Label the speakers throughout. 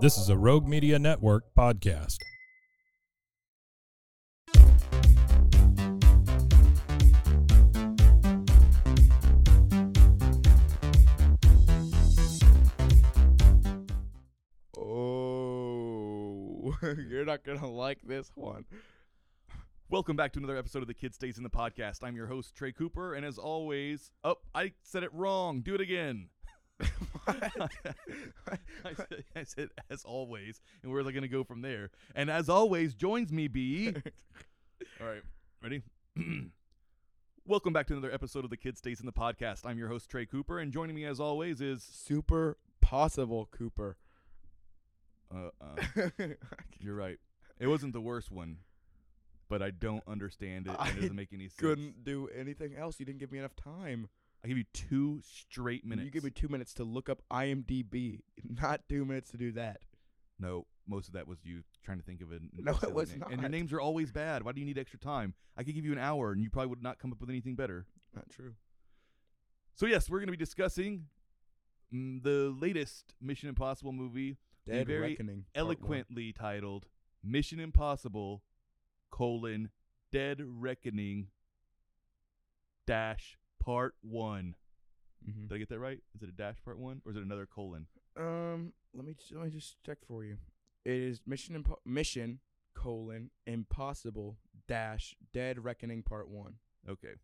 Speaker 1: This is a Rogue Media Network podcast.
Speaker 2: Oh, you're not gonna like this one.
Speaker 3: Welcome back to another episode of the Kid Stays in the Podcast. I'm your host, Trey Cooper, and as always, oh, I said it wrong. Do it again. I, said, I said, as always, and we're going to go from there. And as always, joins me B. All right, ready? Welcome back to another episode of the Kid Stays in the Podcast. I'm your host, Trey Cooper, and joining me as always is.
Speaker 2: Super possible, Cooper.
Speaker 3: Uh, uh, you're right. It wasn't the worst one, but I don't understand it.
Speaker 2: I
Speaker 3: and It doesn't make any sense.
Speaker 2: Couldn't do anything else. You didn't give me enough time.
Speaker 3: I give you two straight minutes.
Speaker 2: You gave me two minutes to look up IMDb, not two minutes to do that.
Speaker 3: No, most of that was you trying to think of an. an
Speaker 2: No, it
Speaker 3: silly
Speaker 2: was
Speaker 3: name. And your
Speaker 2: not.
Speaker 3: names are always bad. Why do you need extra time? I could give you an hour, and you probably would not come up with anything better.
Speaker 2: Not true.
Speaker 3: So yes, we're going to be discussing mm, the latest Mission Impossible movie, the
Speaker 2: Dead
Speaker 3: very
Speaker 2: Reckoning. part one.
Speaker 3: eloquently titled "Mission Impossible: colon Dead Reckoning dash Part One."
Speaker 2: Mhm.
Speaker 3: Did I get that right? Is it a dash Part One, or is it another colon?
Speaker 2: Um, let me just, let me just check for you. It is Mission Impo- Mission colon Impossible dash Dead Reckoning Part One.
Speaker 3: Okay.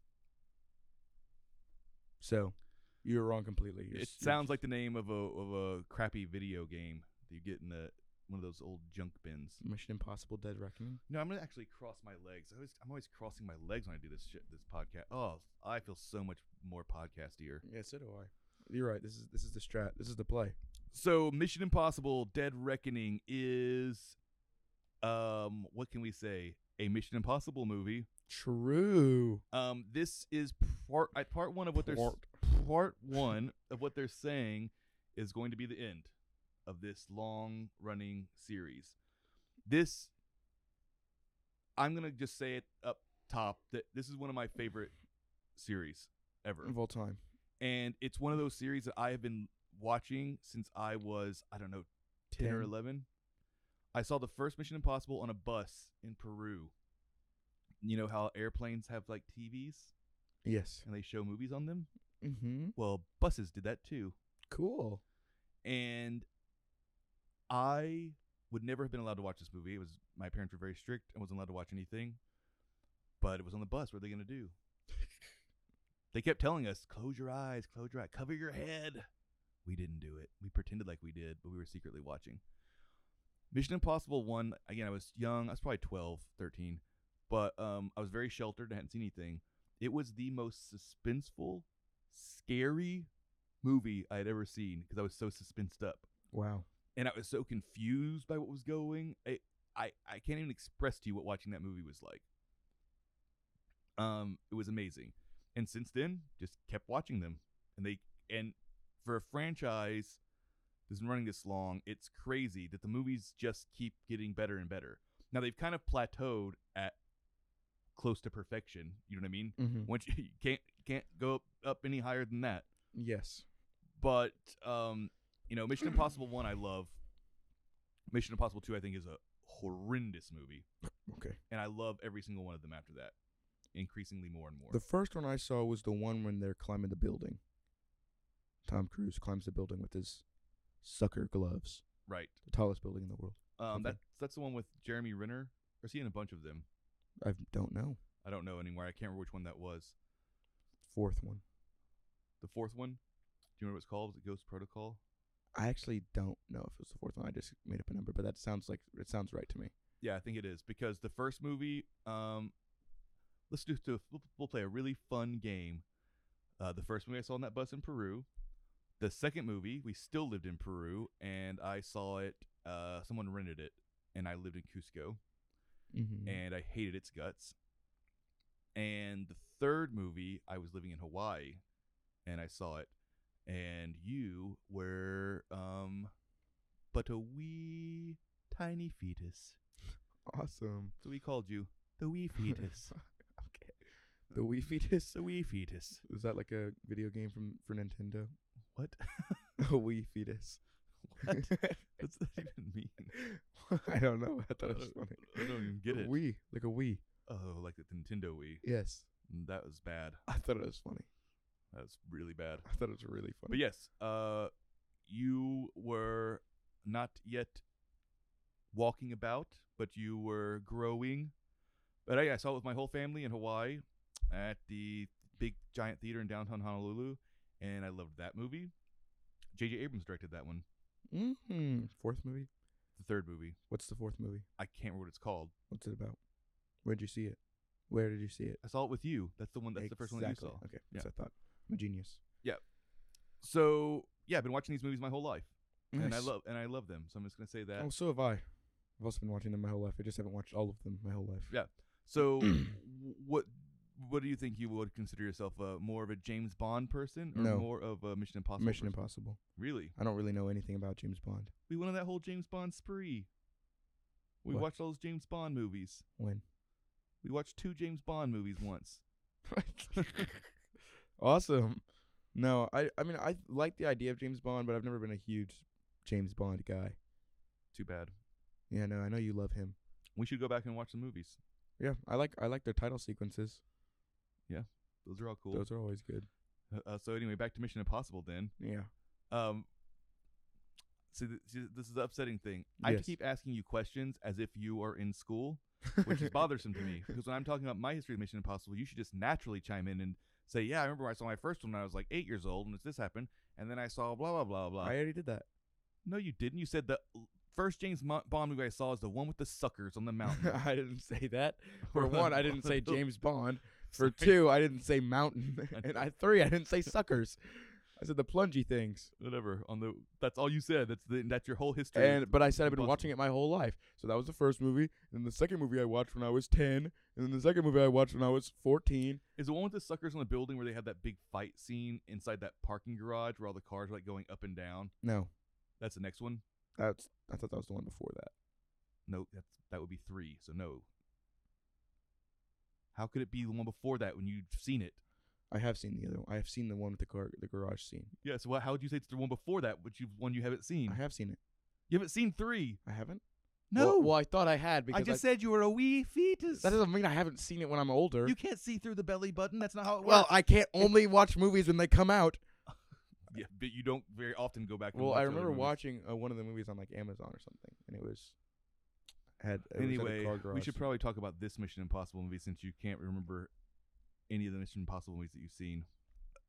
Speaker 2: So, you were wrong completely. You're
Speaker 3: It
Speaker 2: s- you're
Speaker 3: sounds
Speaker 2: just-
Speaker 3: like the name of a of a crappy video game that you get in the one of those old junk bins.
Speaker 2: Mission Impossible Dead Reckoning.
Speaker 3: No, I'm gonna actually cross my legs. I always, I'm always crossing my legs when I do this shit, this podcast. Oh, I feel so much more podcastier.
Speaker 2: Yeah, so do I. You're right. This is this is the strat. This is the play.
Speaker 3: So, Mission Impossible: Dead Reckoning is, um, what can we say? A Mission Impossible movie.
Speaker 2: True.
Speaker 3: Um, this is part I- part one of what they're s- part one of what they're saying is going to be the end of this long running series. This I'm gonna just say it up top that this is one of my favorite series ever,
Speaker 2: Of all time.
Speaker 3: and it's one of those series that I have been watching since I was I don't know ten or
Speaker 2: Ten.
Speaker 3: eleven. I saw the first Mission Impossible on a bus in Peru. You know how airplanes have like TVs?
Speaker 2: Yes.
Speaker 3: and they show movies on them.
Speaker 2: Mm-hmm.
Speaker 3: Well, buses did that too.
Speaker 2: Cool.
Speaker 3: And I would never have been allowed to watch this movie. It was my parents were very strict. I wasn't allowed to watch anything. But it was on the bus. What are they going to do? they kept telling us, "Close your eyes, close your eye, cover your head." We didn't do it. We pretended like we did, but we were secretly watching. Mission Impossible 1, again, I was young. I was probably 12, 13, but um I was very sheltered. I hadn't seen anything. It was the most suspenseful, scary movie I had ever seen because I was so suspensed up
Speaker 2: Wow.
Speaker 3: and I was so confused by what was going. I, I I can't even express to you what watching that movie was like. Um, it was amazing, and since then, just kept watching them, and they and for a franchise that's been running this long, it's crazy that the movies just keep getting better and better. Now they've kind of plateaued at close to perfection. You know what I mean?
Speaker 2: Mm-hmm.
Speaker 3: Once you, you can't can't go up, up any higher than that
Speaker 2: Yes.
Speaker 3: but um, you know, Mission Impossible One I love. Mission Impossible Two I think is a horrendous movie,
Speaker 2: Okay.
Speaker 3: and I love every single one of them after that, increasingly more and more.
Speaker 2: The first one I saw was the one when they're climbing the building. Tom Cruise climbs the building with his sucker gloves.
Speaker 3: Right.
Speaker 2: The tallest building in the world.
Speaker 3: Um,
Speaker 2: Okay.
Speaker 3: that's that's the one with Jeremy Renner. Or is he in a bunch of them?
Speaker 2: I don't know.
Speaker 3: I don't know anymore. I can't remember which one that was.
Speaker 2: Fourth one.
Speaker 3: The fourth one. Do you remember what it's called? Was it Ghost Protocol?
Speaker 2: I actually don't know if it was the fourth one. I just made up a number, but that sounds like it sounds right to me.
Speaker 3: Yeah, I think it is because the first movie. Um, let's do. do we'll- we'll play a really fun game. Uh, the first movie I saw on that bus in Peru. The second movie we still lived in Peru, and I saw it. Uh, someone rented it, and I lived in Cusco,
Speaker 2: Mm-hmm.
Speaker 3: and I hated its guts. And the third movie I was living in Hawaii, and I saw it, and you were um, but a wee tiny fetus.
Speaker 2: awesome.
Speaker 3: So we called you the wee fetus.
Speaker 2: okay. The Wii Fetus.
Speaker 3: the wee fetus.
Speaker 2: Is that like a video game from for Nintendo?
Speaker 3: What?
Speaker 2: A Wii Fetus.
Speaker 3: what? What's that even mean?
Speaker 2: I don't know. I thought
Speaker 3: I
Speaker 2: it was
Speaker 3: don't-
Speaker 2: funny.
Speaker 3: I don't even get
Speaker 2: a
Speaker 3: it.
Speaker 2: Wii, like a Wii.
Speaker 3: Oh, like the Nintendo Wii. Mm,
Speaker 2: Yes,
Speaker 3: That was bad.
Speaker 2: I thought it was funny.
Speaker 3: That was really bad.
Speaker 2: I thought it was really funny.
Speaker 3: But yes, uh, you were not yet walking about, but you were growing. But I, I saw it with my whole family in Hawaii at the big giant theater in downtown Honolulu, and I loved that movie. J.J. Abrams directed that one,
Speaker 2: hmm Fourth movie.
Speaker 3: the third movie.
Speaker 2: What's the fourth movie?
Speaker 3: I can't remember what it's called.
Speaker 2: What's it about? Where'd you see it? Where did you see it?
Speaker 3: I saw it with you. That's the one. That's the first one that you
Speaker 2: Exactly.
Speaker 3: saw.
Speaker 2: Okay,
Speaker 3: Yeah.
Speaker 2: that's what I thought. I'm a genius.
Speaker 3: So yeah, I've been watching these movies my whole life, and I
Speaker 2: Nice.
Speaker 3: love and I love them. So I'm just gonna say that.
Speaker 2: Oh, so have I. I've also been watching them my whole life. I just haven't watched all of them my whole life.
Speaker 3: Yeah. So what what do you think you would consider yourself a more of a James Bond person or
Speaker 2: No.
Speaker 3: more of a Mission Impossible?
Speaker 2: Mission
Speaker 3: person?
Speaker 2: Impossible.
Speaker 3: Really?
Speaker 2: I don't really know anything about James Bond.
Speaker 3: We went on that whole James Bond spree. We
Speaker 2: What?
Speaker 3: watched all those James Bond movies.
Speaker 2: When?
Speaker 3: We watched two James Bond movies once.
Speaker 2: awesome. No, I I mean I like the idea of James Bond, but I've never been a huge James Bond guy.
Speaker 3: Too bad.
Speaker 2: Yeah, no, I know you love him.
Speaker 3: We should go back and watch the movies.
Speaker 2: Yeah, I like I like their title sequences.
Speaker 3: Those are all cool.
Speaker 2: Those are always good.
Speaker 3: uh, so anyway, back to Mission Impossible then.
Speaker 2: Yeah.
Speaker 3: Um, see, th- see, this is the upsetting thing. I have
Speaker 2: Yes.
Speaker 3: to keep asking you questions as if you are in school, which is bothersome to me because when I'm talking about my history of Mission Impossible, you should just naturally chime in and say, "Yeah, I remember when I saw my first one when I was like eight years old, and this happened, and then I saw blah blah blah blah."
Speaker 2: I already did that.
Speaker 3: no, you didn't. You said the l- first James Mo- Bond movie I saw is the one with the suckers on the mountain.
Speaker 2: I didn't say that. For one, I didn't say James Bond. For
Speaker 3: Sorry.
Speaker 2: two, I didn't say mountain. and I three, I didn't say suckers. I said the plungy things.
Speaker 3: Whatever. On the that's all you said. That's the, that's your whole history.
Speaker 2: And but I said I've been
Speaker 3: Impossible.
Speaker 2: watching it my whole life. So that was the first movie. And then the second movie I watched when I was ten. And then the second movie I watched when I was fourteen.
Speaker 3: Is the one with the suckers on the building where they had that big fight scene inside that parking garage where all the cars were like going up and down?
Speaker 2: No,
Speaker 3: That's the next one.
Speaker 2: that's I thought that was the one before that.
Speaker 3: No, that's that would be three. So no. How could it be the one before that when you've seen it?
Speaker 2: I have seen the other one. I have seen the one with the car, the garage scene.
Speaker 3: Yeah. So wha- how would you say it's the one before that, which you've one you haven't seen?
Speaker 2: I have seen it.
Speaker 3: you haven't seen three.
Speaker 2: I haven't.
Speaker 3: No.
Speaker 2: Well, well, I thought I had because
Speaker 3: I just said you were a wee fetus.
Speaker 2: that doesn't mean I haven't seen it when I'm older.
Speaker 3: you can't see through the belly button. That's not how it
Speaker 2: well,
Speaker 3: works.
Speaker 2: I can't only watch movies when they come out.
Speaker 3: yeah, but you don't very often go back. And
Speaker 2: Well,
Speaker 3: watch
Speaker 2: I
Speaker 3: other
Speaker 2: remember
Speaker 3: movies.
Speaker 2: watching uh, one of the movies on like Amazon or something, and it was had it was at a
Speaker 3: Anyway,
Speaker 2: car
Speaker 3: we
Speaker 2: garage
Speaker 3: should
Speaker 2: scene.
Speaker 3: probably talk about this Mission Impossible movie since you can't remember any of the Mission Impossible movies that you've seen.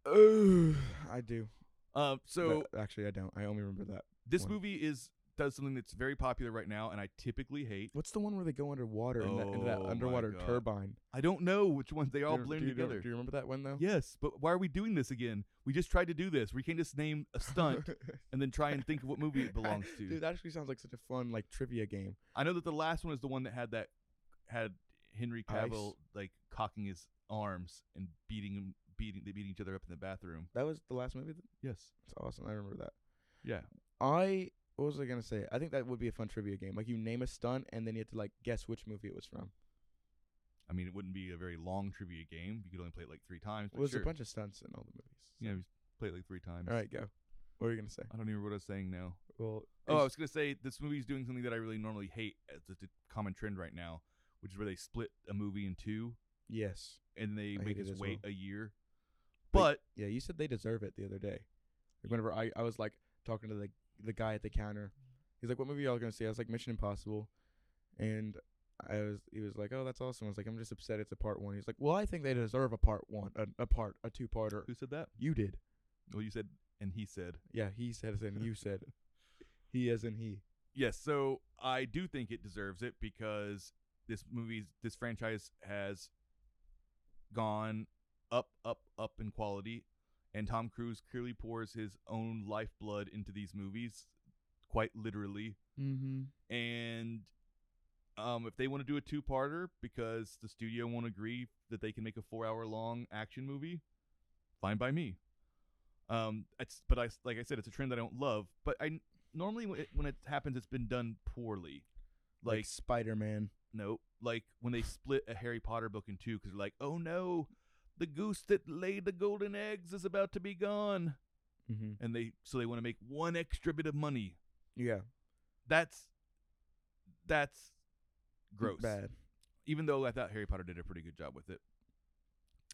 Speaker 2: Ugh, I do.
Speaker 3: Um, so
Speaker 2: That- actually, I don't. I only remember that.
Speaker 3: this
Speaker 2: one.
Speaker 3: movie is does something that's very popular right now, and I typically hate.
Speaker 2: What's the one where they go underwater in that, in that
Speaker 3: Oh my
Speaker 2: underwater
Speaker 3: God.
Speaker 2: turbine?
Speaker 3: I don't know which ones they all
Speaker 2: do, you-
Speaker 3: blend
Speaker 2: do you-
Speaker 3: together.
Speaker 2: Do you remember that one though?
Speaker 3: yes, but why are we doing this again? We just tried to do this. We can't just name a stunt and then try and think of what movie it belongs to.
Speaker 2: Dude, that actually sounds like such a fun like trivia game.
Speaker 3: I know that the last one is the one that had that had Henry
Speaker 2: Ice.
Speaker 3: Cavill like cocking his arms and beating him, beating they beating each other up in the bathroom.
Speaker 2: That was the last movie. That's
Speaker 3: Yes.
Speaker 2: awesome. I remember that.
Speaker 3: Yeah.
Speaker 2: I what was I gonna say? I think that would be a fun trivia game. Like you name a stunt and then you have to like guess which movie it was from.
Speaker 3: I mean, it wouldn't be a very long trivia game. You could only play it like three times.
Speaker 2: Well,
Speaker 3: But
Speaker 2: There's
Speaker 3: sure.
Speaker 2: a bunch of stunts in all the movies. so-
Speaker 3: Yeah, we play it like three times.
Speaker 2: All right, go. What were you gonna say?
Speaker 3: I don't even remember what I was saying now.
Speaker 2: Well,
Speaker 3: Oh, I
Speaker 2: it's-
Speaker 3: was gonna say this movie's doing something that I really normally hate. It's a common trend right now, which is where they split a movie in two
Speaker 2: yes.
Speaker 3: and they
Speaker 2: I
Speaker 3: make
Speaker 2: hate it
Speaker 3: us
Speaker 2: as
Speaker 3: wait
Speaker 2: well.
Speaker 3: a year.
Speaker 2: Wait,
Speaker 3: But
Speaker 2: Yeah, you said they deserve it the other day. Like whenever I, I was like talking to the the guy at the counter, He's like, "What movie y'all gonna see?" I was like, "Mission Impossible," and I was he was like, "Oh, that's awesome." I was like, "I'm just upset it's a part one." He's like, "Well, I think they deserve a part one, a, a part, a two parter."
Speaker 3: Who said that?
Speaker 2: You did,
Speaker 3: Well, you said, and he said.
Speaker 2: yeah. He said as in you said, he as in he.
Speaker 3: Yes, so I do think it deserves it because this movie's this franchise has gone up, up, up in quality, and Tom Cruise clearly pours his own lifeblood into these movies, quite literally.
Speaker 2: Mm-hmm.
Speaker 3: And um, if they want to do a two-parter because the studio won't agree that they can make a four-hour-long action movie, fine by me. Um, it's but I like I said, it's a trend that I don't love. But I normally when it, when it happens, it's been done poorly.
Speaker 2: Like,
Speaker 3: Like
Speaker 2: Spider Man.
Speaker 3: no, like when they split a Harry Potter book in two because they're like, oh no, the goose that laid the golden eggs is about to be gone,
Speaker 2: Mm-hmm.
Speaker 3: and they so they want to make one extra bit of money.
Speaker 2: Yeah,
Speaker 3: That's that's gross.
Speaker 2: bad.
Speaker 3: Even though I thought Harry Potter did a pretty good job with it.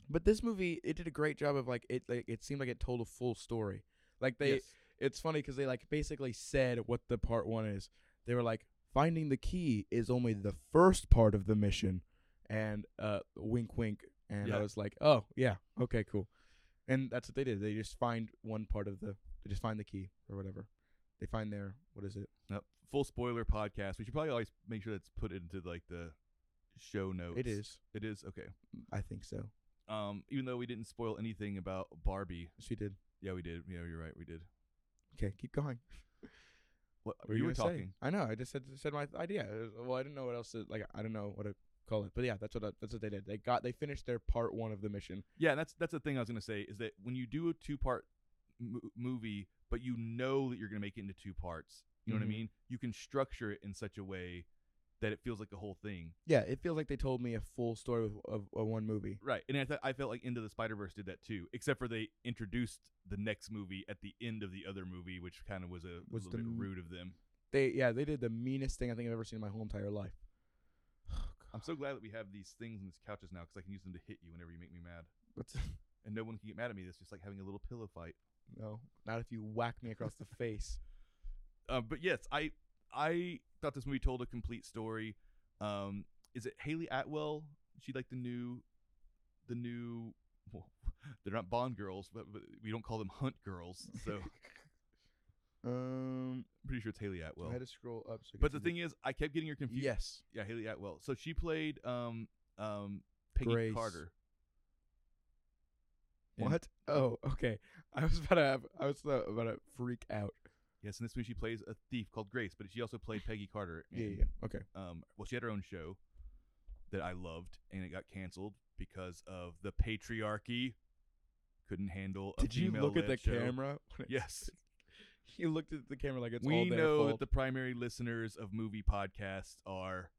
Speaker 2: But this movie, it did a great job of like it. Like it seemed like it told a full story. Like they,
Speaker 3: Yes.
Speaker 2: it's funny because they like basically said what the part one is. They were like, finding the key is only the first part of the mission, and uh, wink, wink. And I
Speaker 3: Yeah.
Speaker 2: was like, oh yeah, okay, cool. And that's what they did. They just find one part of the. They just find the key or whatever. They find their what is it?
Speaker 3: Yep. full spoiler podcast. We should probably always make sure that's put into like the show notes.
Speaker 2: It is.
Speaker 3: It is okay.
Speaker 2: I think so.
Speaker 3: Um, even though we didn't spoil anything about Barbie,
Speaker 2: She did.
Speaker 3: yeah, we did. Yeah, you're right. We did.
Speaker 2: Okay, keep going.
Speaker 3: What
Speaker 2: What
Speaker 3: you were
Speaker 2: gonna say?
Speaker 3: talking?
Speaker 2: I know. I just said said my th- idea. It was- Well, I didn't know what else. To, like I don't know what to call it. But yeah, that's what I, that's what they did. They got they finished their part one of the mission.
Speaker 3: Yeah, that's that's the thing I was gonna say is that when you do a two part m- movie, but you know that you're gonna make it into two parts. You know
Speaker 2: Mhm.
Speaker 3: what I mean? You can structure it in such a way that it feels like a whole thing.
Speaker 2: Yeah, it feels like they told me a full story of, of, of one movie.
Speaker 3: Right. And I, th- I felt like Into the Spider Verse did that too, except for they introduced the next movie at the end of the other movie, which kind of was a
Speaker 2: Was
Speaker 3: little
Speaker 2: the
Speaker 3: bit
Speaker 2: m-
Speaker 3: rude of them.
Speaker 2: They yeah they did the meanest thing I think I've ever seen in my whole entire life.
Speaker 3: I'm so glad that we have these things on these couches now because I can use them to hit you whenever you make me mad.
Speaker 2: What's
Speaker 3: And no one can get mad at me. That's just like having a little pillow fight.
Speaker 2: no, not if you whack me across the face.
Speaker 3: Uh, but yes, I I thought this movie told a complete story. Um, is it Haley Atwell? She like the new, the new. Well, they're not Bond girls, but, but we don't call them Hunt girls. So I'm
Speaker 2: Um,
Speaker 3: pretty sure it's Haley
Speaker 2: well,
Speaker 3: Atwell.
Speaker 2: I had to scroll up. So I could
Speaker 3: But the
Speaker 2: see
Speaker 3: thing is, I kept getting her confused.
Speaker 2: yes,
Speaker 3: yeah, Haley Atwell. So she played um um Peggy
Speaker 2: Grace.
Speaker 3: Carter. And-
Speaker 2: what? Oh, okay. I was about to have, I was about to freak out.
Speaker 3: Yes, in this movie she plays a thief called Grace, but she also played Peggy Carter.
Speaker 2: Yeah, yeah.
Speaker 3: in
Speaker 2: yeah. Okay.
Speaker 3: um, well, she had her own show that I loved, and it got canceled because of the patriarchy. Couldn't handle. A
Speaker 2: Did you look at
Speaker 3: female-led
Speaker 2: the
Speaker 3: show.
Speaker 2: camera? when it-
Speaker 3: Yes,
Speaker 2: You looked at the camera like it's all
Speaker 3: we
Speaker 2: their
Speaker 3: know
Speaker 2: fault.
Speaker 3: that the primary listeners of movie podcasts are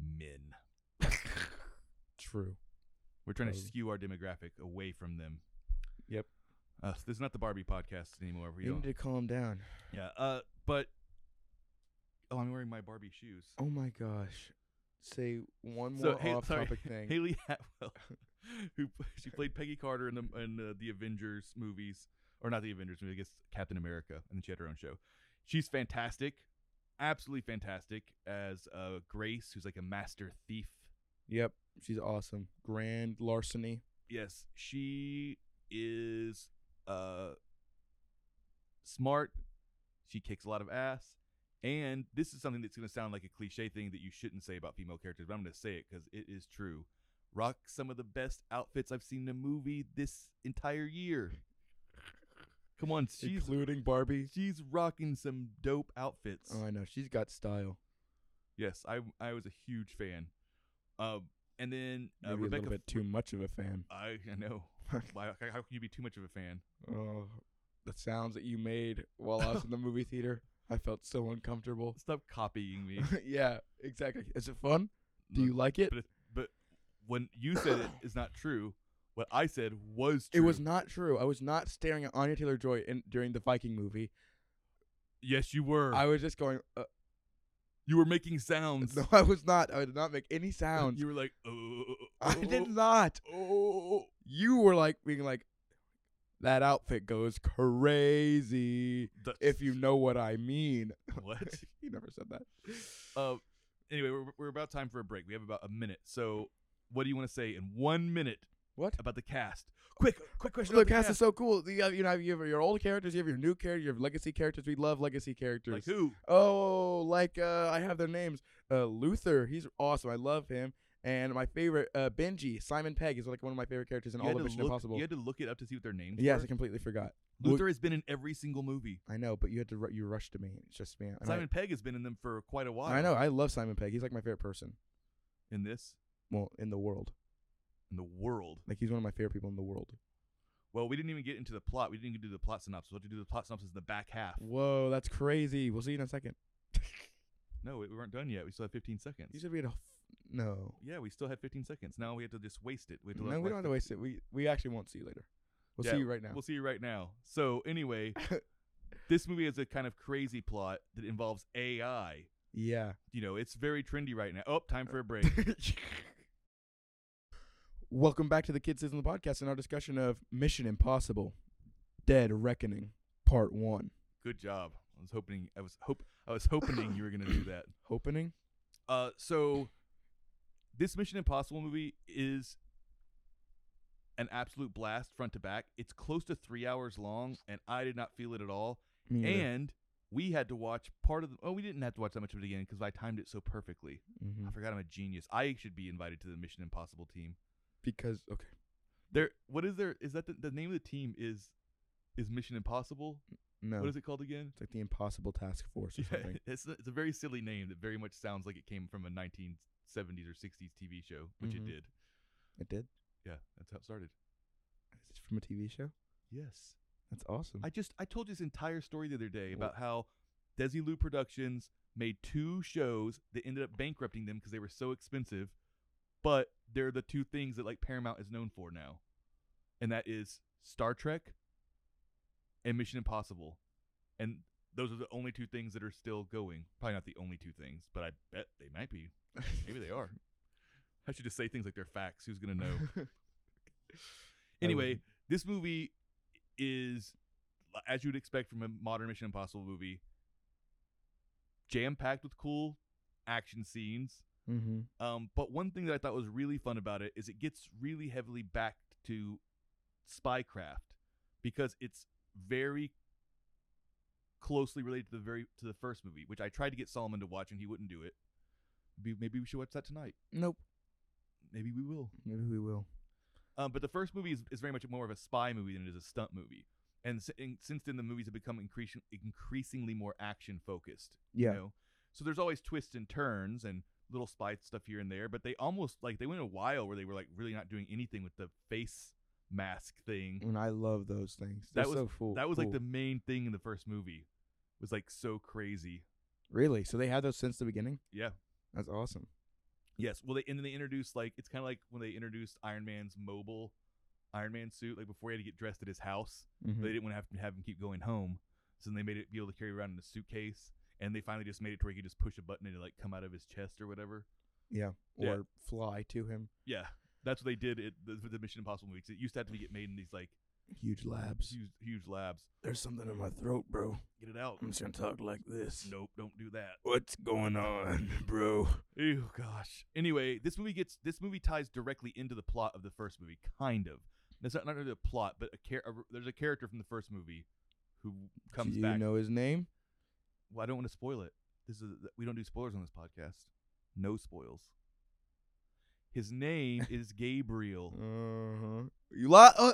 Speaker 3: men.
Speaker 2: True.
Speaker 3: We're trying to
Speaker 2: Probably.
Speaker 3: skew our demographic away from them.
Speaker 2: Yep.
Speaker 3: Uh, this is not the Barbie podcast anymore. We
Speaker 2: You
Speaker 3: don't.
Speaker 2: need to calm down.
Speaker 3: yeah. Uh, but oh, I'm wearing my Barbie shoes.
Speaker 2: Oh my gosh. Say one
Speaker 3: So,
Speaker 2: more
Speaker 3: Hal-
Speaker 2: off
Speaker 3: sorry,
Speaker 2: topic thing.
Speaker 3: Haley Atwell, who p- she played Peggy Carter in the in uh, the Avengers movies, or not the Avengers movie, I guess Captain America, and then she had her own show. She's fantastic, absolutely fantastic as uh, Grace, who's like a master thief.
Speaker 2: Yep. She's awesome. Grand larceny.
Speaker 3: Yes, she is uh, smart. She kicks a lot of ass. And this is something that's going to sound like a cliche thing that you shouldn't say about female characters, but I'm going to say it because it is true. Rock some of the best outfits I've seen in a movie this entire year. Come on, she's
Speaker 2: including Barbie.
Speaker 3: she's rocking some dope outfits.
Speaker 2: Oh, I know. She's got style.
Speaker 3: Yes, I I was a huge fan. Um, and then uh,
Speaker 2: Maybe a
Speaker 3: Rebecca.
Speaker 2: little bit too much of a fan.
Speaker 3: I I know. Why, how can you be too much of a fan?
Speaker 2: oh, the sounds that you made while I was in the movie theater. I felt so uncomfortable.
Speaker 3: Stop copying me.
Speaker 2: yeah, exactly. Is it fun? Do you
Speaker 3: Look,
Speaker 2: like it?
Speaker 3: But, it, but when you said it is not true, what I said was
Speaker 2: It
Speaker 3: true.
Speaker 2: was not true. I was not staring at Anya Taylor Joy in during the Viking movie.
Speaker 3: Yes, you were.
Speaker 2: I was just going, uh,
Speaker 3: you were making sounds.
Speaker 2: no, I was not. I did not make any sounds.
Speaker 3: You were like, oh,
Speaker 2: I did not.
Speaker 3: Oh,
Speaker 2: You were like being like, That outfit goes crazy.
Speaker 3: The-
Speaker 2: If you know what I mean.
Speaker 3: what?
Speaker 2: you never said that.
Speaker 3: Uh, anyway, we're, we're about time for a break. We have about a minute. So, what do you want to say in one minute
Speaker 2: What?
Speaker 3: about the cast? Quick, quick question.
Speaker 2: The
Speaker 3: about
Speaker 2: cast is so cool. You have, you know, you have your old characters, you have your new characters, you have legacy characters. We love legacy characters.
Speaker 3: Like who?
Speaker 2: Oh, like uh, I have their names. Uh, Luther, he's awesome. I love him. And my favorite, uh, Benji, Simon Pegg, is like one of my favorite characters in
Speaker 3: You
Speaker 2: all
Speaker 3: had
Speaker 2: of
Speaker 3: to
Speaker 2: Mission
Speaker 3: look-
Speaker 2: Impossible.
Speaker 3: You had to look it up to see what their names
Speaker 2: yes,
Speaker 3: were.
Speaker 2: I completely forgot. Well,
Speaker 3: Luther has been in every single movie.
Speaker 2: I know, but you had to ru- you rushed to me. It's just me. And
Speaker 3: Simon Pegg has been in them for quite a
Speaker 2: I,
Speaker 3: while.
Speaker 2: I know. I love Simon Pegg. He's like my favorite person.
Speaker 3: In this,
Speaker 2: Well, in the world,
Speaker 3: in the world.
Speaker 2: like he's one of my favorite people in the world.
Speaker 3: Well, we didn't even get into the plot. We didn't even do the plot synopsis. We'll have to do the plot synopsis in the back half.
Speaker 2: Whoa, that's crazy. We'll see you in a second.
Speaker 3: No, we we weren't done yet. We still have 15 seconds.
Speaker 2: You said we had a f- no.
Speaker 3: yeah, we still had 15 seconds. Now we have to just waste it. We have to
Speaker 2: No,
Speaker 3: like-
Speaker 2: we don't have
Speaker 3: like
Speaker 2: to waste it. We we actually won't see you later. We'll
Speaker 3: Yeah,
Speaker 2: see you right now.
Speaker 3: We'll see you right now. So anyway, this movie has a kind of crazy plot that involves AI.
Speaker 2: yeah.
Speaker 3: You know, it's very trendy right now. Oh, time for a break.
Speaker 2: Welcome back to the Kids Isn't the Podcast and our discussion of Mission Impossible Dead Reckoning Part 1.
Speaker 3: Good job. I was hoping I was hope I was hoping you were gonna do that.
Speaker 2: Opening?
Speaker 3: Uh, so this Mission Impossible movie is an absolute blast front to back. It's close to three hours long, and I did not feel it at all.
Speaker 2: Me neither.
Speaker 3: And we had to watch part of the. Oh, we didn't have to watch that much of it again because I timed it so perfectly. I
Speaker 2: Mhm.
Speaker 3: forgot I'm a genius. I should be invited to the Mission Impossible team.
Speaker 2: Because, okay.
Speaker 3: There, what is there? Is that the, the name of the team? Is is Mission Impossible?
Speaker 2: No.
Speaker 3: What is it called again?
Speaker 2: It's like the Impossible Task Force or
Speaker 3: Yeah,
Speaker 2: something.
Speaker 3: it's a, it's a very silly name that very much sounds like it came from a 1970s or 60s TV show, which
Speaker 2: Mhm.
Speaker 3: it did.
Speaker 2: it did?
Speaker 3: Yeah, that's how it started.
Speaker 2: Is it from a TV show?
Speaker 3: Yes,
Speaker 2: That's awesome.
Speaker 3: I just I told you this entire story the other day
Speaker 2: Wh-
Speaker 3: about how Desilu Productions made two shows that ended up bankrupting them because they were so expensive, but they're the two things that like Paramount is known for now, and that is Star Trek and Mission Impossible, and those are the only two things that are still going. Probably not the only two things, but I bet they might be. Maybe they are. I should just say things like they're facts. Who's gonna know? Anyway, this movie is, as you would expect from a modern Mission Impossible movie, jam packed with cool action scenes.
Speaker 2: mm-hmm.
Speaker 3: Um, but one thing that I thought was really fun about it is it gets really heavily backed to spycraft because it's very closely related to the very to the first movie, which I tried to get Solomon to watch and he wouldn't do it. Maybe- Maybe we should watch that tonight.
Speaker 2: Nope.
Speaker 3: Maybe we will.
Speaker 2: Maybe we will.
Speaker 3: Um, but the first movie is, is very much more of a spy movie than it is a stunt movie. And, s- and since then, the movies have become increasing, increasingly more action focused.
Speaker 2: Yeah.
Speaker 3: You know? So there's always twists and turns and little spy stuff here and there. But they almost like they went a while where they were like really not doing anything with the face mask thing.
Speaker 2: And I love those things. Mm, They're
Speaker 3: Mm-hmm. that was
Speaker 2: so full.
Speaker 3: that was like
Speaker 2: cool.
Speaker 3: the main thing in the first movie. It was like so crazy.
Speaker 2: Really? So they had those since the beginning?
Speaker 3: Yeah.
Speaker 2: That's awesome.
Speaker 3: Yes. Well, they and then they introduced like it's kind of like when they introduced Iron Man's mobile Iron Man suit. Like before he had to get dressed at his house.
Speaker 2: Mhm.
Speaker 3: But they didn't want to have to have him keep going home. So then they made it be able to carry around in a suitcase, and they finally just made it to where he could just push a button and it like come out of his chest or whatever.
Speaker 2: Yeah. Or
Speaker 3: Yeah.
Speaker 2: fly to him.
Speaker 3: Yeah, that's what they did at the, with the Mission Impossible movies. It used to have to be get made in these like
Speaker 2: Huge labs.
Speaker 3: huge, huge labs.
Speaker 2: There's something in my throat, bro.
Speaker 3: Get it out.
Speaker 2: just gonna talk like this.
Speaker 3: Nope, don't do that.
Speaker 2: What's going on, bro?
Speaker 3: Oh gosh. Anyway, this movie gets this movie ties directly into the plot of the first movie, kind of. That's not, not really a plot, but a, char- a there's a character from the first movie who comes
Speaker 2: Do you
Speaker 3: back.
Speaker 2: know his name?
Speaker 3: Well, I don't want to spoil it. This is we don't do spoilers on this podcast. No spoils. His name is Gabriel.
Speaker 2: Uh-huh. You lot. Uh,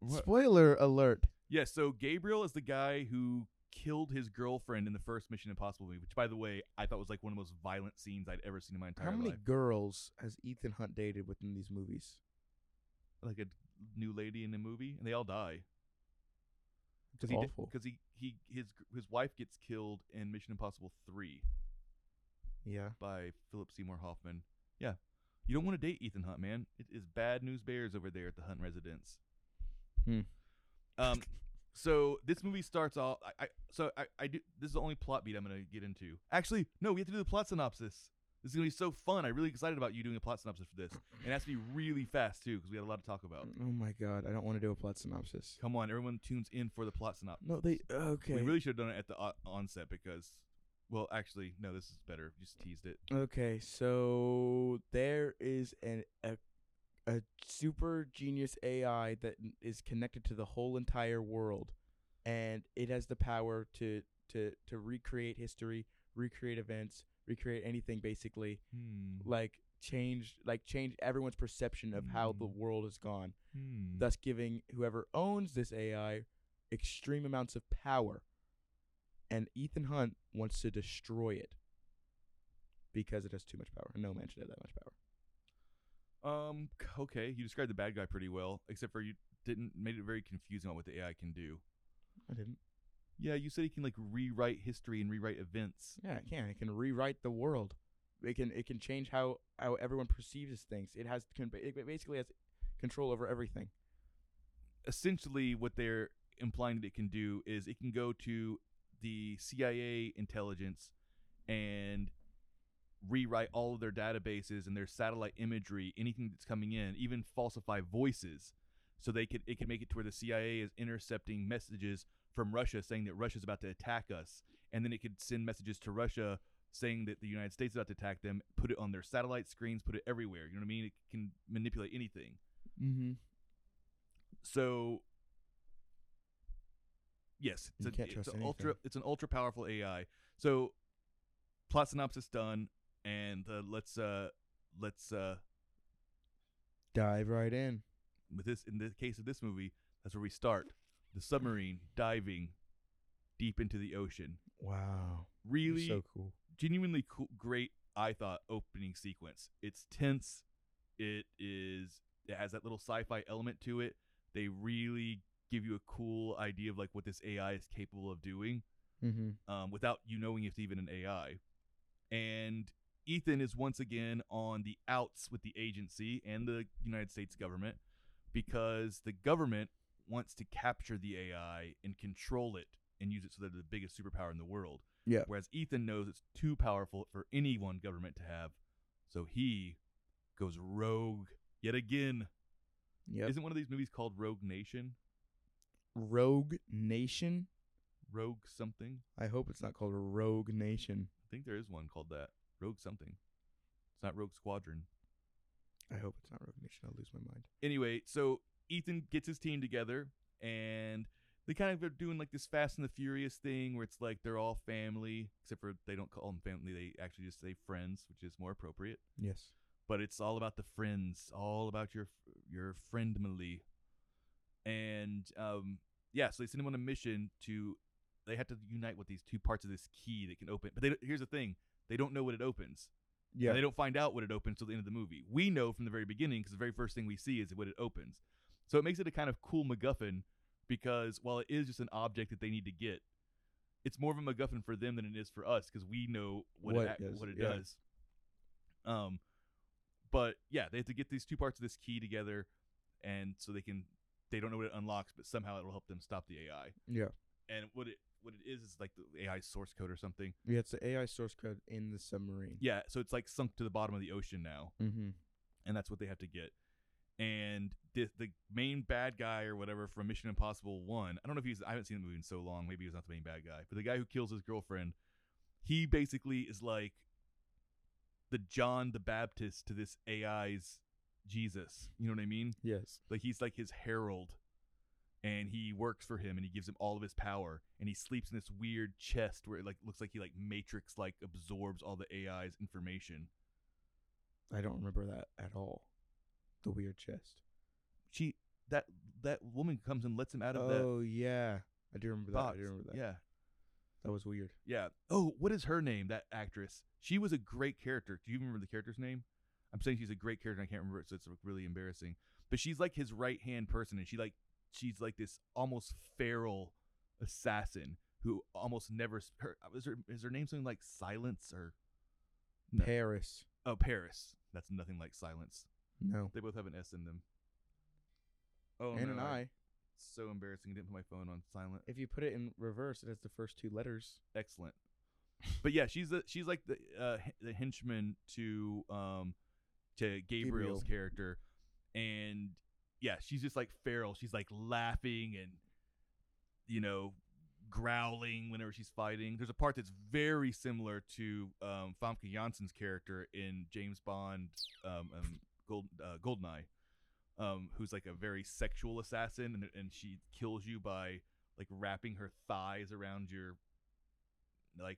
Speaker 3: What?
Speaker 2: spoiler alert.
Speaker 3: Yes, so Gabriel is the guy who killed his girlfriend in the first Mission Impossible movie, which by the way, I thought was like one of the most violent scenes I'd ever seen in my entire
Speaker 2: How many
Speaker 3: life.
Speaker 2: girls has Ethan Hunt dated within these movies?
Speaker 3: Like a new lady in a movie and they all die.
Speaker 2: It's
Speaker 3: he
Speaker 2: awful.
Speaker 3: because he he his his wife gets killed in Mission Impossible 3
Speaker 2: yeah.
Speaker 3: by Philip Seymour Hoffman. Yeah. You don't want to date Ethan Hunt, man. It is bad news bears over there at the Hunt residence.
Speaker 2: Hmm.
Speaker 3: Um, so this movie starts off. I, I so I, I do. This is the only plot beat I'm going to get into. Actually, no, we have to do the plot synopsis. This is gonna be so fun. I'm really excited about you doing a plot synopsis for this, and it has to be really fast too because we had a lot to talk about.
Speaker 2: Oh my god, I don't want to do a plot synopsis.
Speaker 3: Come on, everyone tunes in for the plot synopsis.
Speaker 2: No, they okay.
Speaker 3: We really should have done it at the o- onset because, well, actually, no, this is better. You just teased it.
Speaker 2: Okay, so there is an a, a super genius AI that n- is connected to the whole entire world, and it has the power to to to recreate history, recreate events, recreate anything basically, like change like change everyone's perception of how the
Speaker 3: Hmm.
Speaker 2: world is gone, thus giving whoever owns this AI extreme amounts of power. And Ethan Hunt wants to destroy it because it has too much power. No man should have that much power.
Speaker 3: Um. c- Okay, you described the bad guy pretty well, except for you didn't made it very confusing on what the AI can do.
Speaker 2: I didn't.
Speaker 3: Yeah, you said he can like rewrite history and rewrite events.
Speaker 2: Yeah, it can. It can rewrite the world. It can. It can change how how everyone perceives things. It has. Can, ba- it basically has control over everything.
Speaker 3: Essentially, what they're implying that it can do is it can go to the CIA intelligence and rewrite all of their databases and their satellite imagery, anything that's coming in, even falsify voices, so they could it can make it to where the CIA is intercepting messages from Russia saying that Russia's about to attack us, and then it could send messages to Russia saying that the United States is about to attack them, put it on their satellite screens, put it everywhere. You know what I mean? It can manipulate anything.
Speaker 2: Mm-hmm.
Speaker 3: So yes, it's,
Speaker 2: You
Speaker 3: a,
Speaker 2: can't
Speaker 3: it's
Speaker 2: trust
Speaker 3: an ultra
Speaker 2: anything.
Speaker 3: it's an ultra powerful AI. So plot synopsis done and uh, let's uh let's uh
Speaker 2: Dive right in.
Speaker 3: with this in the case of this movie, that's where we start. The submarine diving deep into the ocean.
Speaker 2: Wow.
Speaker 3: Really
Speaker 2: So cool.
Speaker 3: genuinely cool, great I thought opening sequence. It's tense. It is it has that little sci-fi element to it. They really give you a cool idea of like what this AI is capable of doing
Speaker 2: Mm-hmm.
Speaker 3: um, without you knowing it's even an AI. And Ethan is once again on the outs with the agency and the United States government because the government wants to capture the AI and control it and use it so they're the biggest superpower in the world.
Speaker 2: Yeah.
Speaker 3: Whereas Ethan knows it's too powerful for any one government to have. So he goes rogue yet again.
Speaker 2: Yep.
Speaker 3: Isn't one of these movies called Rogue Nation?
Speaker 2: Rogue Nation.
Speaker 3: Rogue something?
Speaker 2: I hope it's not called Rogue Nation.
Speaker 3: I think there is one called that. Rogue something. It's not Rogue Squadron.
Speaker 2: I hope it's not Rogue Nation. I'll lose my mind.
Speaker 3: Anyway, so Ethan gets his team together and they kind of are doing like this Fast and the Furious thing where it's like they're all family, except for they don't call them family. They actually just say friends, which is more appropriate.
Speaker 2: Yes.
Speaker 3: but it's all about the friends, all about your your friend Malie. And um, yeah, so they send him on a mission to. They have to unite with these two parts of this key that can open. But they, don't- here's the thing: they don't know what it opens.
Speaker 2: Yeah.
Speaker 3: And they don't find out what it opens till the end of the movie. We know from the very beginning because the very first thing we see is what it opens. So it makes it a kind of cool MacGuffin because while it is just an object that they need to get, it's more of a MacGuffin for them than it is for us because we know what,
Speaker 2: What
Speaker 3: it,
Speaker 2: it
Speaker 3: ac-
Speaker 2: is,
Speaker 3: what it
Speaker 2: yeah.
Speaker 3: does. Um, but yeah, they have to get these two parts of this key together, and so they can. They don't know what it unlocks, but somehow it'll help them stop the AI.
Speaker 2: Yeah.
Speaker 3: And what it what it is is like the AI source code or something.
Speaker 2: Yeah, it's the AI source code in the submarine.
Speaker 3: Yeah, so it's like sunk to the bottom of the ocean now.
Speaker 2: Mm-hmm.
Speaker 3: and that's what they have to get. And the the main bad guy or whatever from Mission Impossible One, I don't know if he's I haven't seen the movie in so long. Maybe he was not the main bad guy, but the guy who kills his girlfriend, he basically is like the John the Baptist to this AI's Jesus. You know what I mean?
Speaker 2: Yes.
Speaker 3: Like he's like his herald, and he works for him, and he gives him all of his power, and he sleeps in this weird chest where it like looks like he like Matrix like absorbs all the AI's information.
Speaker 2: I don't remember that at all. The weird chest.
Speaker 3: she that that woman comes and lets him out of
Speaker 2: oh yeah, I do
Speaker 3: that
Speaker 2: remember
Speaker 3: box.
Speaker 2: that. I do remember that.
Speaker 3: Yeah,
Speaker 2: that was weird.
Speaker 3: yeah. Oh, what is her name? That actress. She was a great character. Do you remember the character's name? I'm saying she's a great character. and I can't remember it, so it's really embarrassing. But she's like his right hand person, and she like she's like this almost feral assassin who almost never. s- Her uh, is her is her name something like Silence or No.
Speaker 2: Paris.
Speaker 3: Oh Paris? That's nothing like Silence.
Speaker 2: No.
Speaker 3: They both have an S in them. Oh
Speaker 2: and an
Speaker 3: no,
Speaker 2: I.
Speaker 3: So embarrassing. I didn't put my phone on silent.
Speaker 2: If you put it in reverse, it has the first two letters.
Speaker 3: excellent. But yeah, she's the she's like the uh, h- the henchman to um to
Speaker 2: Gabriel.
Speaker 3: Gabriel's character, and yeah, she's just like feral. She's like laughing and you know growling whenever she's fighting. There's a part that's very similar to um, Famke Janssen's character in James Bond, um, um, Gold uh, Goldeneye, um, who's like a very sexual assassin, and, and she kills you by like wrapping her thighs around your like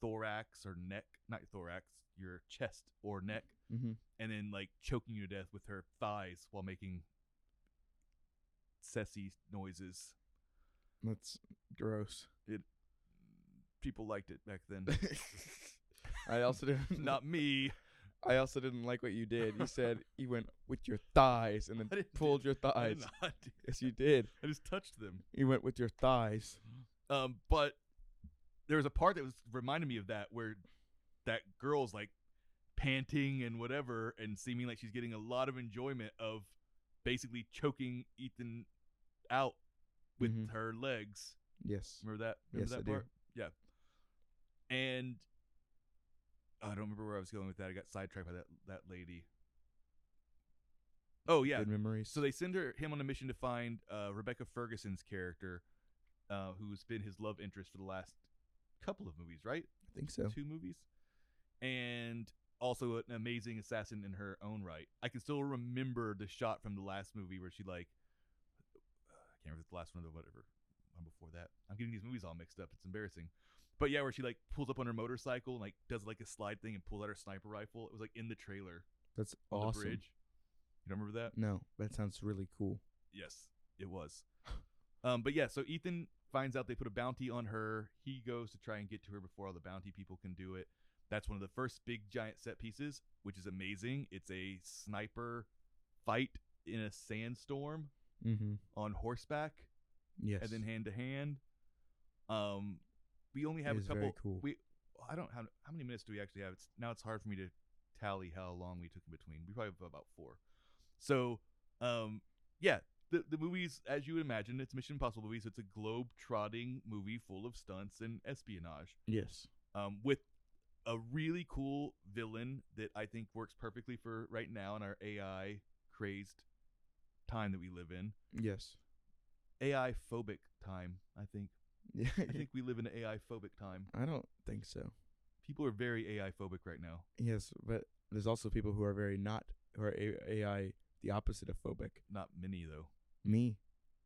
Speaker 3: thorax or neck, not your thorax, your chest or neck,
Speaker 2: Mm-hmm.
Speaker 3: and then like choking you to death with her thighs while making sessy noises.
Speaker 2: That's gross.
Speaker 3: People liked it back then.
Speaker 2: I also didn't.
Speaker 3: Not me.
Speaker 2: I also didn't like what you did. You said you went with your thighs and then
Speaker 3: I didn't
Speaker 2: pulled
Speaker 3: do-
Speaker 2: your
Speaker 3: I did
Speaker 2: thighs.
Speaker 3: not do
Speaker 2: Yes,
Speaker 3: that.
Speaker 2: you did.
Speaker 3: I just touched them.
Speaker 2: You went with your thighs.
Speaker 3: Um, but there was a part that was reminded me of that where that girl's like panting and whatever, and seeming like she's getting a lot of enjoyment of basically choking Ethan out with
Speaker 2: Mhm.
Speaker 3: her legs.
Speaker 2: Yes.
Speaker 3: Remember that? Remember
Speaker 2: Yes,
Speaker 3: that
Speaker 2: I do.
Speaker 3: part? Yeah. And I don't remember where I was going with that. I got sidetracked by that that lady. Oh yeah,
Speaker 2: Good memories.
Speaker 3: so they send her him on a mission to find uh, Rebecca Ferguson's character, uh, who's been his love interest for the last couple of movies, right?
Speaker 2: I think so.
Speaker 3: Two movies, and also an amazing assassin in her own right. I can still remember the shot from the last movie where she like, uh, I can't remember the last one or whatever one before that. I'm getting these movies all mixed up. It's embarrassing. But yeah, where she like pulls up on her motorcycle and like does like a slide thing and pulls out her sniper rifle. It was like in the trailer
Speaker 2: That's
Speaker 3: on
Speaker 2: awesome.
Speaker 3: the bridge. You don't remember that?
Speaker 2: No, that sounds really cool.
Speaker 3: Yes, it was. Um, but yeah, so Ethan finds out they put a bounty on her. He goes to try and get to her before all the bounty people can do it. That's one of the first big giant set pieces, which is amazing. It's a sniper fight in a sandstorm
Speaker 2: Mm-hmm.
Speaker 3: on horseback
Speaker 2: Yes.
Speaker 3: and then hand to hand. Um, we only have
Speaker 2: It
Speaker 3: a
Speaker 2: is
Speaker 3: couple.
Speaker 2: very cool.
Speaker 3: We, I don't have how many minutes do we actually have? It's now it's hard for me to tally how long we took in between. We probably have about four. So, um, yeah, the the movies as you would imagine, it's Mission Impossible movies. It's a globe trotting movie full of stunts and espionage,
Speaker 2: yes.
Speaker 3: um, with a really cool villain that I think works perfectly for right now in our AI crazed time that we live in.
Speaker 2: Yes.
Speaker 3: AI phobic time, I think.
Speaker 2: Yeah.
Speaker 3: I think we live in an AI phobic time.
Speaker 2: I don't think so.
Speaker 3: People are very AI phobic right now.
Speaker 2: Yes, but there's also people who are very not who are A- AI the opposite of phobic.
Speaker 3: Not many though.
Speaker 2: Me,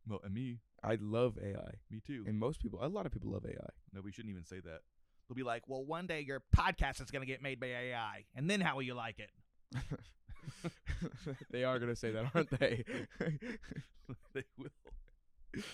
Speaker 3: Well, and me,
Speaker 2: I love AI,
Speaker 3: me too.
Speaker 2: and most people, a lot of people love AI.
Speaker 3: no, we shouldn't even say that. They'll be
Speaker 4: like,
Speaker 3: like,
Speaker 4: well, one day your podcast is going to get made by AI, and then how will you like it?
Speaker 2: they are gonna say that, aren't they?
Speaker 3: they will.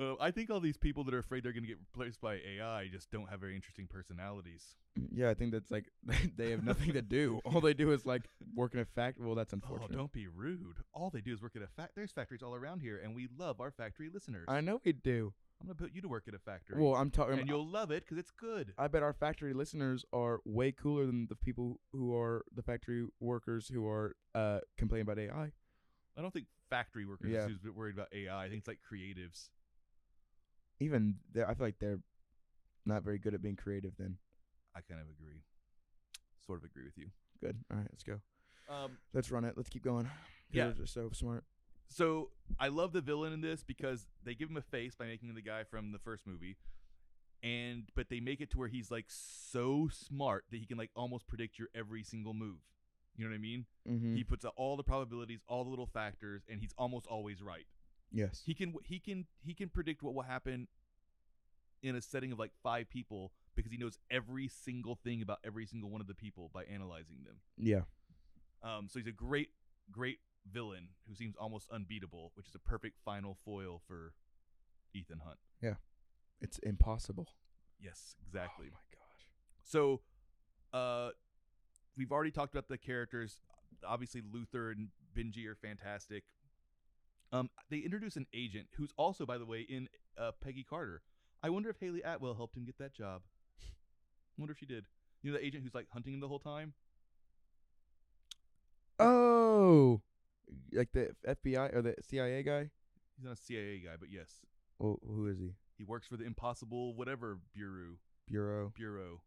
Speaker 3: Uh, I think all these people that are afraid they're going to get replaced by AI just don't have very interesting personalities.
Speaker 2: yeah, I think that's like they have nothing to do. All they do is like work in a factory. Well, that's
Speaker 3: Oh,
Speaker 2: unfortunate.
Speaker 3: don't be rude. All they do is work at a fact. There's factories all around here, and we love our factory listeners.
Speaker 2: I know we do.
Speaker 3: I'm going to put you to work at a factory.
Speaker 2: Well, I'm talking.
Speaker 3: and you'll love it because it's good.
Speaker 2: I bet our factory listeners are way cooler than the people who are the factory workers who are uh, complaining about AI.
Speaker 3: I don't think factory workers
Speaker 2: Yeah.
Speaker 3: who's worried about AI. I think it's like creatives.
Speaker 2: Even they I feel like they're not very good at being creative. Then
Speaker 3: I kind of agree. Sort of agree with you.
Speaker 2: good. All right, let's go.
Speaker 3: Um,
Speaker 2: Let's run it. Let's keep going.
Speaker 3: Yeah.
Speaker 2: People are so smart.
Speaker 3: so I love the villain in this because they give him a face by making him the guy from the first movie, and but they make it to where he's like so smart that he can like almost predict your every single move. You know what I mean?
Speaker 2: Mm-hmm.
Speaker 3: He puts out all the probabilities, all the little factors, and he's almost always right.
Speaker 2: yes.
Speaker 3: He can he can he can predict what will happen in a setting of like five people because he knows every single thing about every single one of the people by analyzing them.
Speaker 2: yeah.
Speaker 3: Um, so he's a great, great villain who seems almost unbeatable, which is a perfect final foil for Ethan Hunt.
Speaker 2: It's impossible.
Speaker 3: Yes, exactly.
Speaker 2: Oh my gosh.
Speaker 3: so, uh, we've already talked about the characters. Obviously, Luther and Benji are fantastic. Um, they introduce an agent who's also, by the way, in uh, Peggy Carter. I wonder if Haley Atwell helped him get that job. wonder if she did. You know the agent who's like hunting him the whole time.
Speaker 2: Oh, like the FBI or the CIA guy.
Speaker 3: He's not a CIA guy, but yes,
Speaker 2: Well, who is he?
Speaker 3: he works for the Impossible whatever bureau.
Speaker 2: Bureau.
Speaker 3: Bureau.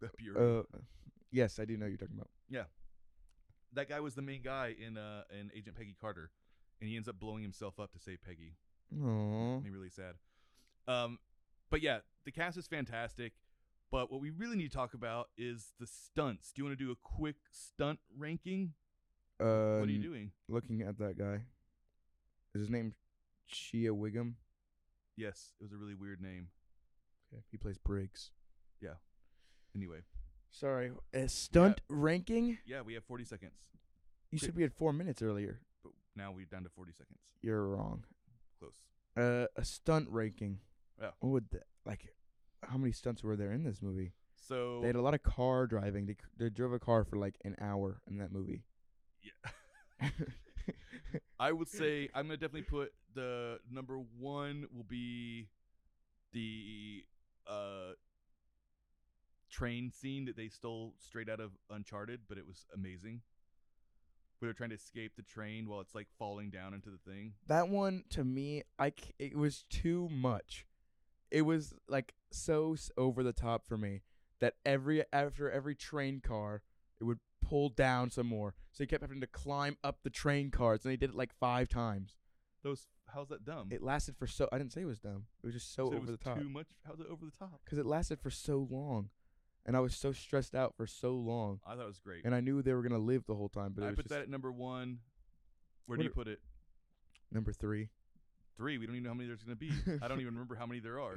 Speaker 3: The Bureau.
Speaker 2: Uh, yes, I do know who you're talking about.
Speaker 3: that guy was the main guy in uh in Agent Peggy Carter, and he ends up blowing himself up to save Peggy.
Speaker 2: Aww.
Speaker 3: Made me really sad. Um, but yeah, the cast is fantastic. But what we really need to talk about is the stunts. Do you want to do a quick stunt ranking?
Speaker 2: Um,
Speaker 3: what are you doing?
Speaker 2: Looking at that guy. Is his name Shia Wiggum?
Speaker 3: Yes, it was a really weird name.
Speaker 2: Okay, he plays Briggs.
Speaker 3: Anyway,
Speaker 2: Sorry, a stunt ranking.
Speaker 3: yeah, we have 40 seconds,
Speaker 2: You said we had four minutes earlier.
Speaker 3: but now we're down to 40 seconds.
Speaker 2: You're wrong.
Speaker 3: Close.
Speaker 2: Uh, a stunt ranking.
Speaker 3: Yeah.
Speaker 2: What would the, like? How many stunts were there in this movie?
Speaker 3: So
Speaker 2: They had a lot of car driving. They c- they drove a car for like an hour in that movie.
Speaker 3: yeah. I would say I'm gonna definitely put the number one will be the uh train scene that they stole straight out of Uncharted, but it was amazing. We were trying to escape the train while it's like falling down into the thing.
Speaker 2: that one to me, I c- it was too much. It was like so s- over the top for me that every after every train car, it would pull down some more. So you kept having to climb up the train cars, and they did it like five times.
Speaker 3: Those how's that dumb?
Speaker 2: It lasted for so I didn't say it was dumb. It was just so
Speaker 3: You said
Speaker 2: over
Speaker 3: Um, it was
Speaker 2: the top
Speaker 3: Too much. How's it over the top?
Speaker 2: because it lasted for so long, and I was so stressed out for so long,
Speaker 3: I thought it was great.
Speaker 2: and I knew they were gonna live the whole time. But it
Speaker 3: I
Speaker 2: was
Speaker 3: put
Speaker 2: just
Speaker 3: that at number one. Where
Speaker 2: What
Speaker 3: do you
Speaker 2: are-
Speaker 3: put it?
Speaker 2: number three.
Speaker 3: Three. We don't even know how many there's gonna be. I don't even remember how many there are.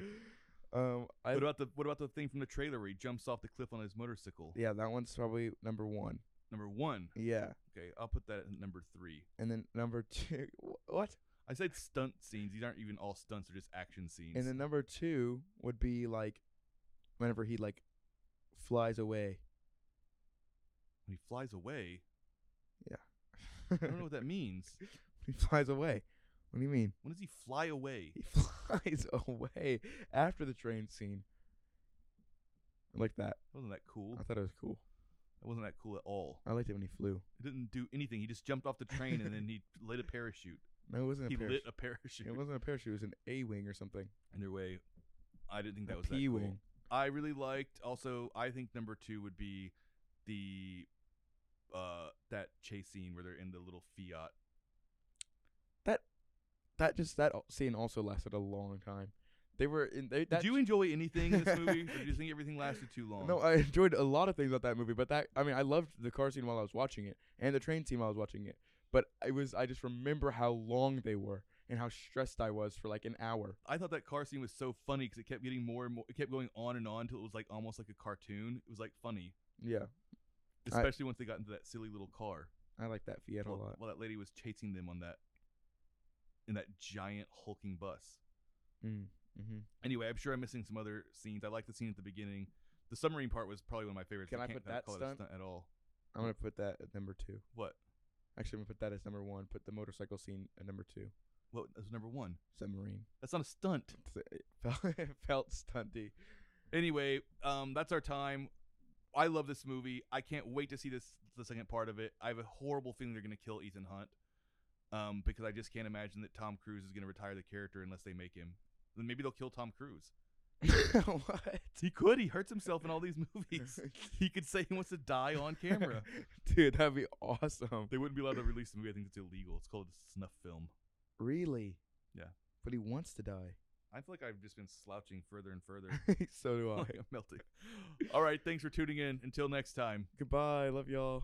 Speaker 2: Um, I
Speaker 3: What about the what about the thing from the trailer where he jumps off the cliff on his motorcycle?
Speaker 2: yeah, that one's probably number one.
Speaker 3: Number one.
Speaker 2: Yeah.
Speaker 3: Okay, I'll put that at number three.
Speaker 2: And then number two, wh- what?
Speaker 3: I said stunt scenes. These aren't even all stunts; they're just action scenes.
Speaker 2: And then number two would be like, whenever he like flies away.
Speaker 3: when he flies away,
Speaker 2: I
Speaker 3: I don't know what that means.
Speaker 2: he flies away. What do you mean?
Speaker 3: When does he fly away?
Speaker 2: He flies away after the train scene. I like that.
Speaker 3: That wasn't that cool?
Speaker 2: I thought it was cool.
Speaker 3: That wasn't that cool at all.
Speaker 2: I liked it when he flew.
Speaker 3: It didn't do anything. He just jumped off the train and then he lit a parachute.
Speaker 2: No, it wasn't
Speaker 3: He
Speaker 2: a
Speaker 3: lit
Speaker 2: parachute.
Speaker 3: a parachute.
Speaker 2: It wasn't a parachute. It was an A wing or something.
Speaker 3: Either way, I didn't think
Speaker 2: A
Speaker 3: that was that
Speaker 2: P
Speaker 3: cool.
Speaker 2: wing.
Speaker 3: I really liked. Also, I think number two would be the uh that chase scene where they're in the little Fiat.
Speaker 2: That just that al- scene also lasted a long time. They were in. They, that
Speaker 3: Did you enjoy anything in this movie, or do you think everything lasted too long?
Speaker 2: No, I enjoyed a lot of things about that movie, but that I mean, I loved the car scene while I was watching it and the train scene while I was watching it. But it was I just remember how long they were and how stressed I was for like an hour.
Speaker 3: I thought that car scene was so funny because it kept getting more and more. It kept going on and on until it was like almost like a cartoon. It was like funny,
Speaker 2: Yeah, I-
Speaker 3: especially once they got into that silly little car.
Speaker 2: I like that Fiat a
Speaker 3: While,
Speaker 2: lot.
Speaker 3: while that lady was chasing them on that in that giant hulking bus.
Speaker 2: Mm, hmm
Speaker 3: Anyway, I'm sure I'm missing some other scenes. I like the scene at the beginning. The submarine part was probably one of my favorites.
Speaker 2: Can I
Speaker 3: can't
Speaker 2: put that
Speaker 3: call it a
Speaker 2: stunt?
Speaker 3: stunt at all.
Speaker 2: I'm gonna put that at number two.
Speaker 3: What?
Speaker 2: Actually, I'm gonna put that as number one. Put the motorcycle scene at number two.
Speaker 3: What was number one?
Speaker 2: Submarine.
Speaker 3: That's not a stunt.
Speaker 2: It's- It felt, it felt stunty.
Speaker 3: Anyway, um, that's our time. I love this movie. I can't wait to see this the second part of it. I have a horrible feeling they're going to kill Ethan Hunt, um, because I just can't imagine that Tom Cruise is going to retire the character unless they make him. Then maybe they'll kill Tom Cruise.
Speaker 2: what?
Speaker 3: He could. He hurts himself in all these movies. he could say he wants to die on camera.
Speaker 2: dude, that'd be awesome.
Speaker 3: they wouldn't be allowed to release the movie. I think it's illegal. It's called a snuff film.
Speaker 2: Really?
Speaker 3: Yeah.
Speaker 2: But he wants to die.
Speaker 3: I feel like I've just been slouching further and further.
Speaker 2: so do I.
Speaker 3: Like I'm melting. All right. Thanks for tuning in. Until next time.
Speaker 2: Goodbye. Love y'all.